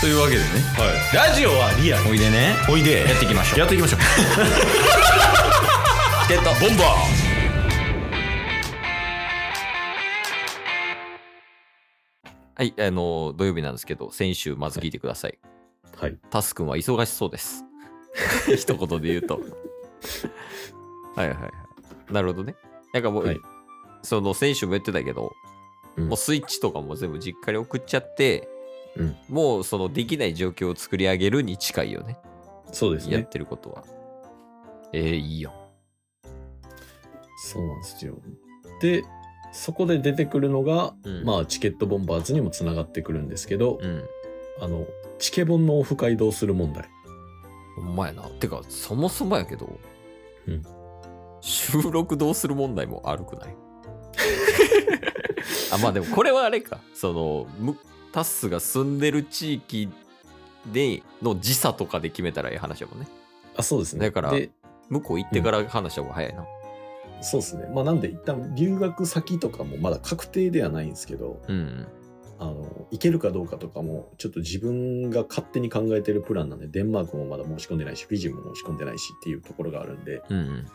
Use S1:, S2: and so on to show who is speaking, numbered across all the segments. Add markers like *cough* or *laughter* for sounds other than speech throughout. S1: というわけでね
S2: ラジオはリアル
S1: おいでね
S2: おいで
S1: やっていきましょう
S2: やっていきましょう
S1: チケットボンバーはい、あの、土曜日なんですけど、先週まず聞いてください。
S2: はい
S1: タスくんは忙しそうです。 *laughs* 一言で言う
S2: *laughs*
S1: と。はいはいはい。なるほどね。なんかもう、
S2: はい
S1: その先週も言ってたけど、
S2: うん
S1: もうスイッチとかも全部実家に送っちゃって、
S2: うん
S1: もうそのできない状況を作り上げるに近いよね。
S2: そうです
S1: やっ
S2: ね
S1: てることは。えー、いいよ。
S2: そうなんですよでそこで出てくるのが、
S1: うん
S2: まあチケットボンバーズにもつながってくるんですけど、
S1: うん。
S2: あのチケボンのオフ会どうする問題
S1: ほんまやな。てか、そもそもやけど、
S2: うん
S1: 収録どうする問題もあるくない *laughs* あ、まあでもこれはあれか。その、むタッスが住んでる地域での時差とかで決めたらいい話やもんね。
S2: あそうですね
S1: だから
S2: で
S1: 向こう行ってから話した方が早いな。
S2: そうですねまあなんで一旦留学先とかもまだ確定ではないんですけど
S1: うん。
S2: あの行けるかどうかとかもちょっと自分が勝手に考えてるプランなんでデンマークもまだ申し込んでないしフィジーも申し込んでないしっていうところがあるんで
S1: うんうん。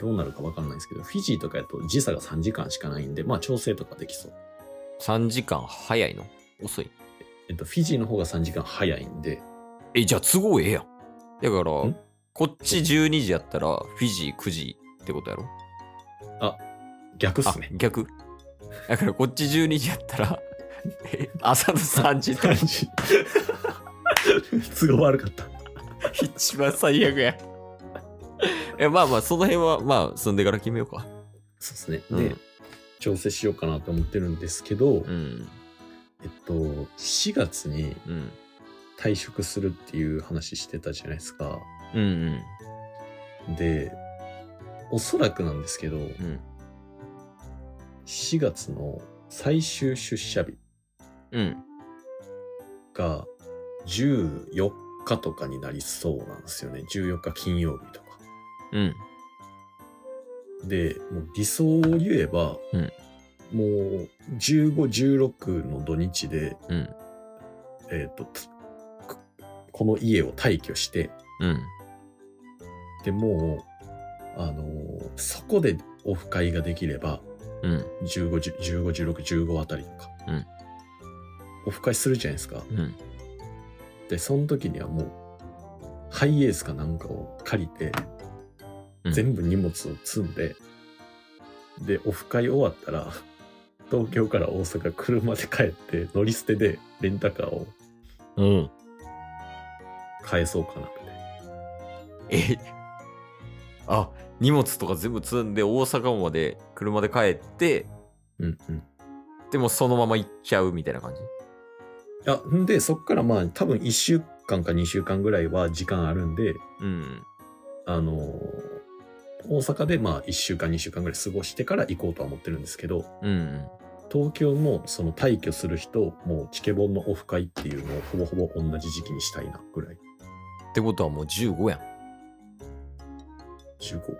S2: どうなるかわかんないんですけどフィジーとかやと時差が3時間しかないんでまあ調整とかできそう、
S1: 3時間早いの遅い
S2: えっと、フィジーの方が3時間早いんで
S1: え、じゃあ都合ええやん。だから、
S2: ん
S1: こっち12時やったら、フィジー9時ってことやろ
S2: 逆っ
S1: あ
S2: すね、
S1: 逆だからこっち12時やったら、 *laughs* え朝の3時って
S2: 3時都合悪かった
S1: 一番最悪や。 *laughs* え、まあまあ、その辺は、まあ、住んでから決めようか。
S2: そうです
S1: う
S2: ねで、
S1: ん
S2: 調整しようかなと思ってるんですけど、
S1: うん、
S2: えっと4月に
S1: うん、
S2: 退職するっていう話してたじゃないですか
S1: うん、うん、
S2: でおそらくなんですけど、
S1: うん、
S2: 4月の最終出社日
S1: うん。
S2: が14日とかになりそうなんですよね。14日金曜日とか。
S1: うん、
S2: で、もう理想を言えば、
S1: うん
S2: もう15、16の土日で、
S1: うん、
S2: えっ、と、つくこの家を退去して、
S1: うん。
S2: でもう、あのーそこでオフ会ができれば、
S1: うん、
S2: 15、10 15、16、15あたりとか、
S1: うん
S2: オフ会するじゃないですか。
S1: うん、
S2: で、その時にはもう、ハイエースかなんかを借りて、
S1: うん
S2: 全部荷物を積んで、で、オフ会終わったら、東京から大阪車で帰って、乗り捨てでレンタカーを
S1: うん。
S2: 返そうかなって。
S1: えあ、荷物とか全部積んで大阪まで車で帰って、
S2: うんうん。
S1: でもそのまま行っちゃうみたいな感じ。
S2: あ、んで、そっからまあ、多分1週間か2週間ぐらいは時間あるんで、
S1: うん、
S2: あのー大阪でまあ1週間2週間ぐらい過ごしてから行こうとは思ってるんですけど、
S1: うん、うん。
S2: 東京もその退去する人もうチケボンのオフ会っていうのをほぼほぼ同じ時期にしたいなぐらい
S1: ってことはもう15やん。
S2: 15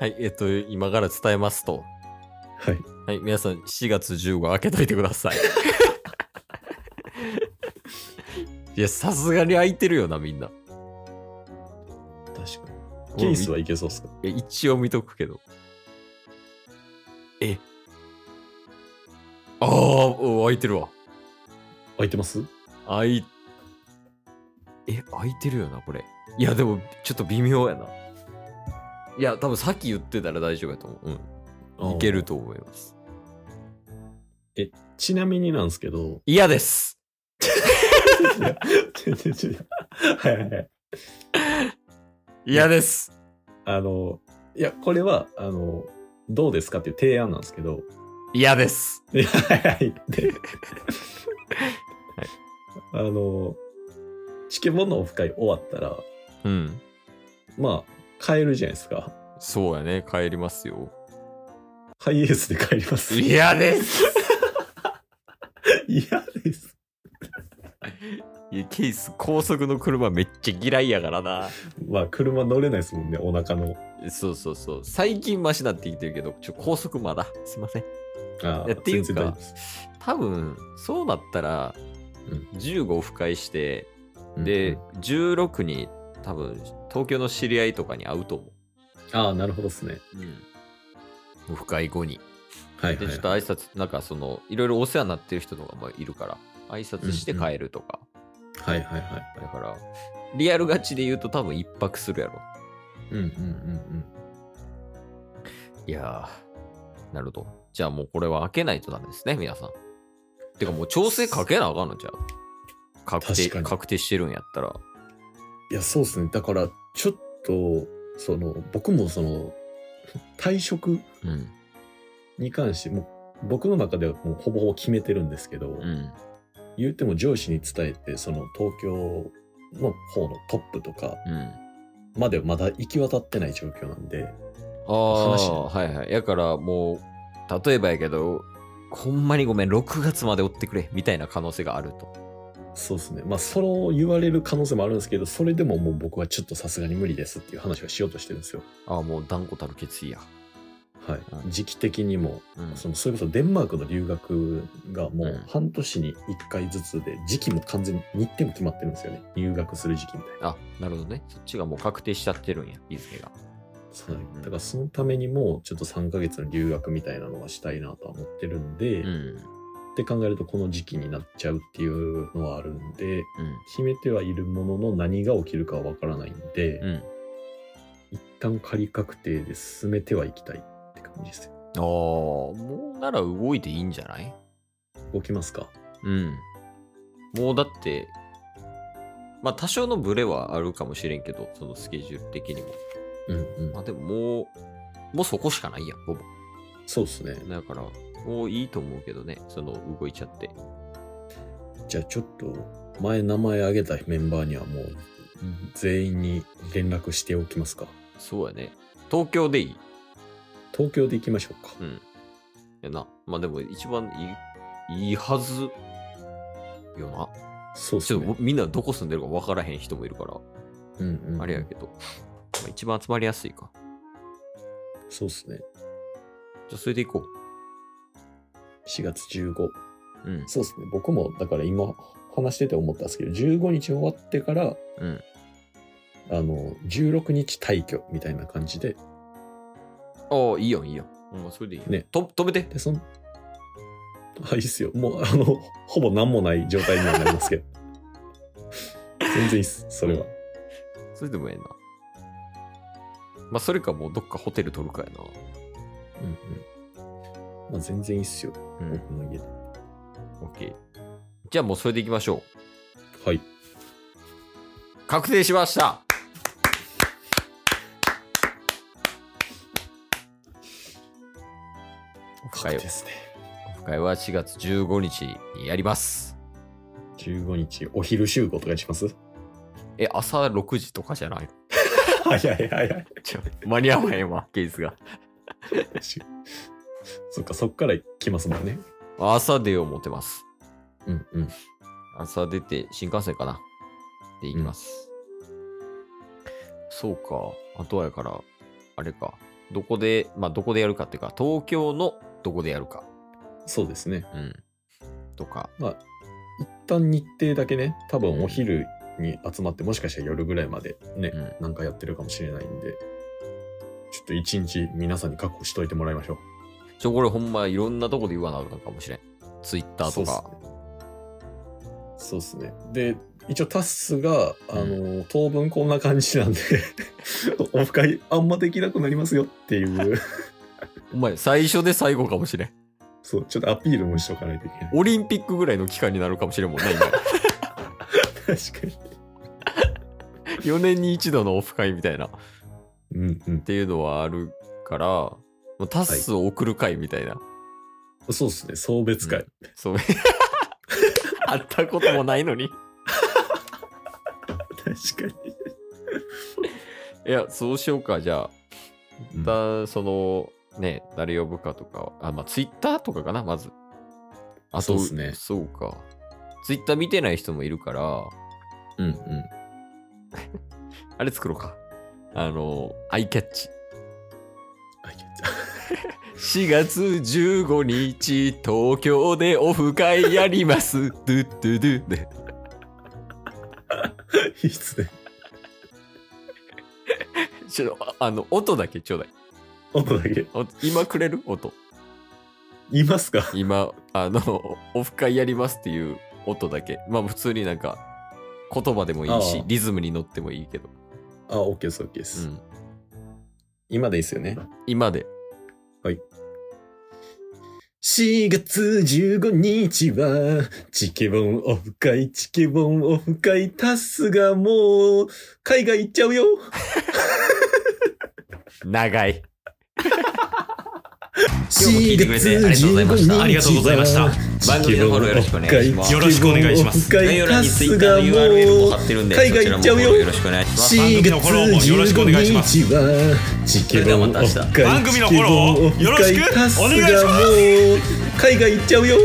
S1: はい、えっと、今から伝えますと。
S2: はい
S1: はい、皆さん、4月15開けといてください。いや、さすがに空いてるよな、みんな。
S2: 確かにケースはいけそうっすか
S1: いや一応見とくけど。え。ああ、お空いてるわ。
S2: 空いてます
S1: 空い、え、空いてるよな、これ。いや、でも、ちょっと微妙やな。いや、多分さっき言ってたら大丈夫やと思う。うん。いけると思います。
S2: あーちなみになんですけ *laughs* ど
S1: 嫌です
S2: いやちょちょちょはいはいはい
S1: 嫌です
S2: あのいやこれはあのどうですかっていう提案なんですけど
S1: 嫌です
S2: いやはいはい *laughs* であのチケボンのオフ会終わったら
S1: うん。
S2: まあ帰るじゃないですか
S1: そうやね、帰りますよ。
S2: ハイエースで帰ります
S1: 嫌です
S2: 嫌です。
S1: いや、ケース、高速の車めっちゃ嫌いやからな。
S2: まあ、車乗れないですもんね、お腹の。
S1: そうそうそう。最近マシなってきてるけど、ちょ、高速まだ。すいません。
S2: あ
S1: いやっていうか
S2: 全然大丈夫です
S1: 多分そうなったら15オフ会して、
S2: うんう
S1: で
S2: ん
S1: 16に多分東京の知り合いとかに会うと思
S2: ああ、なるほどですね。
S1: う、オフ会後に
S2: はいは
S1: で
S2: い、
S1: ち
S2: は
S1: ょ
S2: い
S1: っ。と挨拶なんかそのいろいろお世話になってる人とかもいるから挨拶して帰るとか、
S2: はいはいはい。
S1: だからリアルガチで言うと多分一泊するやろ
S2: うんうんうん
S1: いやーなるほどじゃあもうこれは開けないとダメですね皆さんてかもう調整かけなあかんのじゃあ確
S2: 確
S1: 定
S2: かに
S1: 確定してるんやったら
S2: うん。いや、そうですね。だから、ちょっと、その、僕もその、退職
S1: うん
S2: に関して、もう僕の中ではもうほぼほぼ決めてるんですけど、
S1: うん
S2: 言っても上司に伝えて、その東京の方のトップとか
S1: うん
S2: まではまだ行き渡ってない状況なんで、
S1: あ
S2: 話
S1: あはいはいやからもう例えばやけどほんまにごめん6月まで追ってくれみたいな可能性があると
S2: そうですね。まあ、そう言われる可能性もあるんですけど、それでももう僕はちょっとさすがに無理ですっていう話はしようとしてるんですよ。
S1: ああもう断固たる決意や
S2: はい。
S1: うん
S2: 時期的にも、
S1: うん
S2: その、それこそデンマークの留学がも
S1: うん
S2: う半年に1回ずつで、時期も完全に日程も決まってるんですよね。入学する時期みたいな。
S1: あなるほどねそっちがもう確定しちゃってるんや日付が
S2: そうだからそのためにも、ちょっと3ヶ月の留学みたいなのはしたいなとは思ってるんで、っ
S1: うん
S2: て考えるとこの時期になっちゃうっていうのはあるんで、
S1: うん
S2: 決めてはいるものの何が起きるかはわからないんで、
S1: うん
S2: 一旦仮確定で進めてはいきたいって感じですよ。
S1: ああもうなら動いていいんじゃない
S2: 動きますか
S1: うんもうだってまあ多少のブレはあるかもしれんけどそのスケジュール的にも
S2: うんうん
S1: まあ。でももうもうそこしかないやんほぼ
S2: そうですね。
S1: だから、もういいと思うけどね、その動いちゃって。
S2: じゃあちょっと、前名前挙げたメンバーにはもう、全員に連絡しておきますか。
S1: そうやね。東京でいい。
S2: 東京で行きましょうか。
S1: うん。やな。まあでも一番いい、いいはず。よな。
S2: そうで
S1: ち
S2: す
S1: ょっと
S2: ね。
S1: みんなどこ住んでるか分からへん人もいるから、
S2: うんうん。
S1: あれやけど。まあ一番集まりやすいか。
S2: そうですね。
S1: じゃあそれでいこ
S2: 4月15。
S1: う。うん。
S2: そうですね。僕も、だから今、話してて思ったんですけど、15日終わってから、
S1: うん。
S2: あの、16日退去みたいな感じで、
S1: ああ、いいやん、いいやん。うん、それでいいやん。
S2: ね
S1: と止めて。
S2: で、その、あ、いいっすよ。もう、あの、ほぼ何もない状態にはなり
S1: *laughs*
S2: ますけど。全然いいっす、それは。
S1: それでもええな。まあそれかもうどっかホテル取るかや
S2: うんうん。まあ、全然いいっすよ、
S1: な。うん。
S2: 僕の家で。
S1: オッケー。じゃあもうそれでいきましょう。
S2: はい。
S1: 確定しましたオフ
S2: 確
S1: 会
S2: 定
S1: を
S2: ですね。
S1: オフ会は4月15日にやります。
S2: 15日、お昼集合とかにします
S1: え、朝6時とかじゃない
S2: *laughs* 早い早い。
S1: *laughs* ちょ間に合わへんわ、ケースが。
S2: そっか、そっから来ますもんね。
S1: 朝出よう思ってます。
S2: うんうん。
S1: 朝出て新幹線かなで行きます、そうかあとはやからあれかどこでまあどこでやるかっていうか東京のどこでやるか
S2: そうですね。
S1: うんとか
S2: 一旦日程だけね、多分お昼に集まって、もしかしたら夜ぐらいまでね、
S1: うん
S2: なんかやってるかもしれないんで、ちょっと一日皆さんに確保しといてもらいましょう。
S1: ちょこれほんまいろんなとこで言わなあかんかもしれんツイッターとか
S2: そうっすね。そうですね。で、一応タスが、あ
S1: うん
S2: の、当分こんな感じなんで、 *laughs* オフ会あんまできなくなりますよって
S1: *laughs*
S2: いう、
S1: お前最初で最後かもしれん
S2: そう、ちょっとアピールもしとかないといけない。
S1: オリンピックぐらいの期間になるかもしれんもんな今
S2: 確かに。
S1: *laughs* 4年に一度のオフ会みたいなっ
S2: うんうん。
S1: ていうのはあるからもうタスを送る会みたいな、
S2: そうっすね。送別会。
S1: そう会ったことも *laughs* ないのに
S2: 確かに。
S1: いや、そうしようか。じゃあ、
S2: うん
S1: 一旦、その、ね、誰呼ぶかとか、あ、まあ、ツイッターとかかな、まず。あ
S2: そうっすね
S1: そうか。ツイッター見てない人もいるから、
S2: うん
S1: *laughs*
S2: うん。
S1: あれ作ろうか。あの、アイキャッチ。
S2: あいけた
S1: 4月15日、東京でオフ会やります。ドゥッドゥドゥで。
S2: いいっすね。
S1: ちょっと、ああの、音だけちょうだい。
S2: 音だけ。
S1: 音今くれる音。
S2: いますか
S1: 今、あの、オフ会やりますっていう音だけ。まあ、普通になんか、言葉でもいい
S2: あ
S1: し
S2: あ、
S1: リズムに乗ってもいいけど。
S2: あ、OK です、OK で
S1: う
S2: す、
S1: ん。
S2: 今でいいっすよね。
S1: 今で。
S2: 4月15日は、チケボンオフ会、チケボンオフ会、タスがもう、海外行っちゃうよ。
S1: 長い。
S3: 今日も聞いてくれてありがとうございましたありがとうございました
S1: 番組のフォローよろしくお願いします
S3: よろしくお願いします
S2: 概
S1: 概
S2: 要
S1: 要
S2: 欄
S1: 欄
S2: に
S1: に
S2: Twitter
S1: Twitter
S2: の URL も貼
S1: の URL も貼
S2: っ
S1: ってて
S2: る
S1: る
S2: ん
S1: ん
S2: で
S1: で、
S2: 海外行っちゃうよそちら
S1: よ
S2: も
S1: ろしくお願いします。
S2: 4月
S3: 番組のフォローもよろしくお願いします
S2: 15日はチケボンオフ会
S3: 番組のフォローをよろしくお願いし
S2: チケボン
S3: ます
S2: オフ会タスがもう海外行っちゃうよ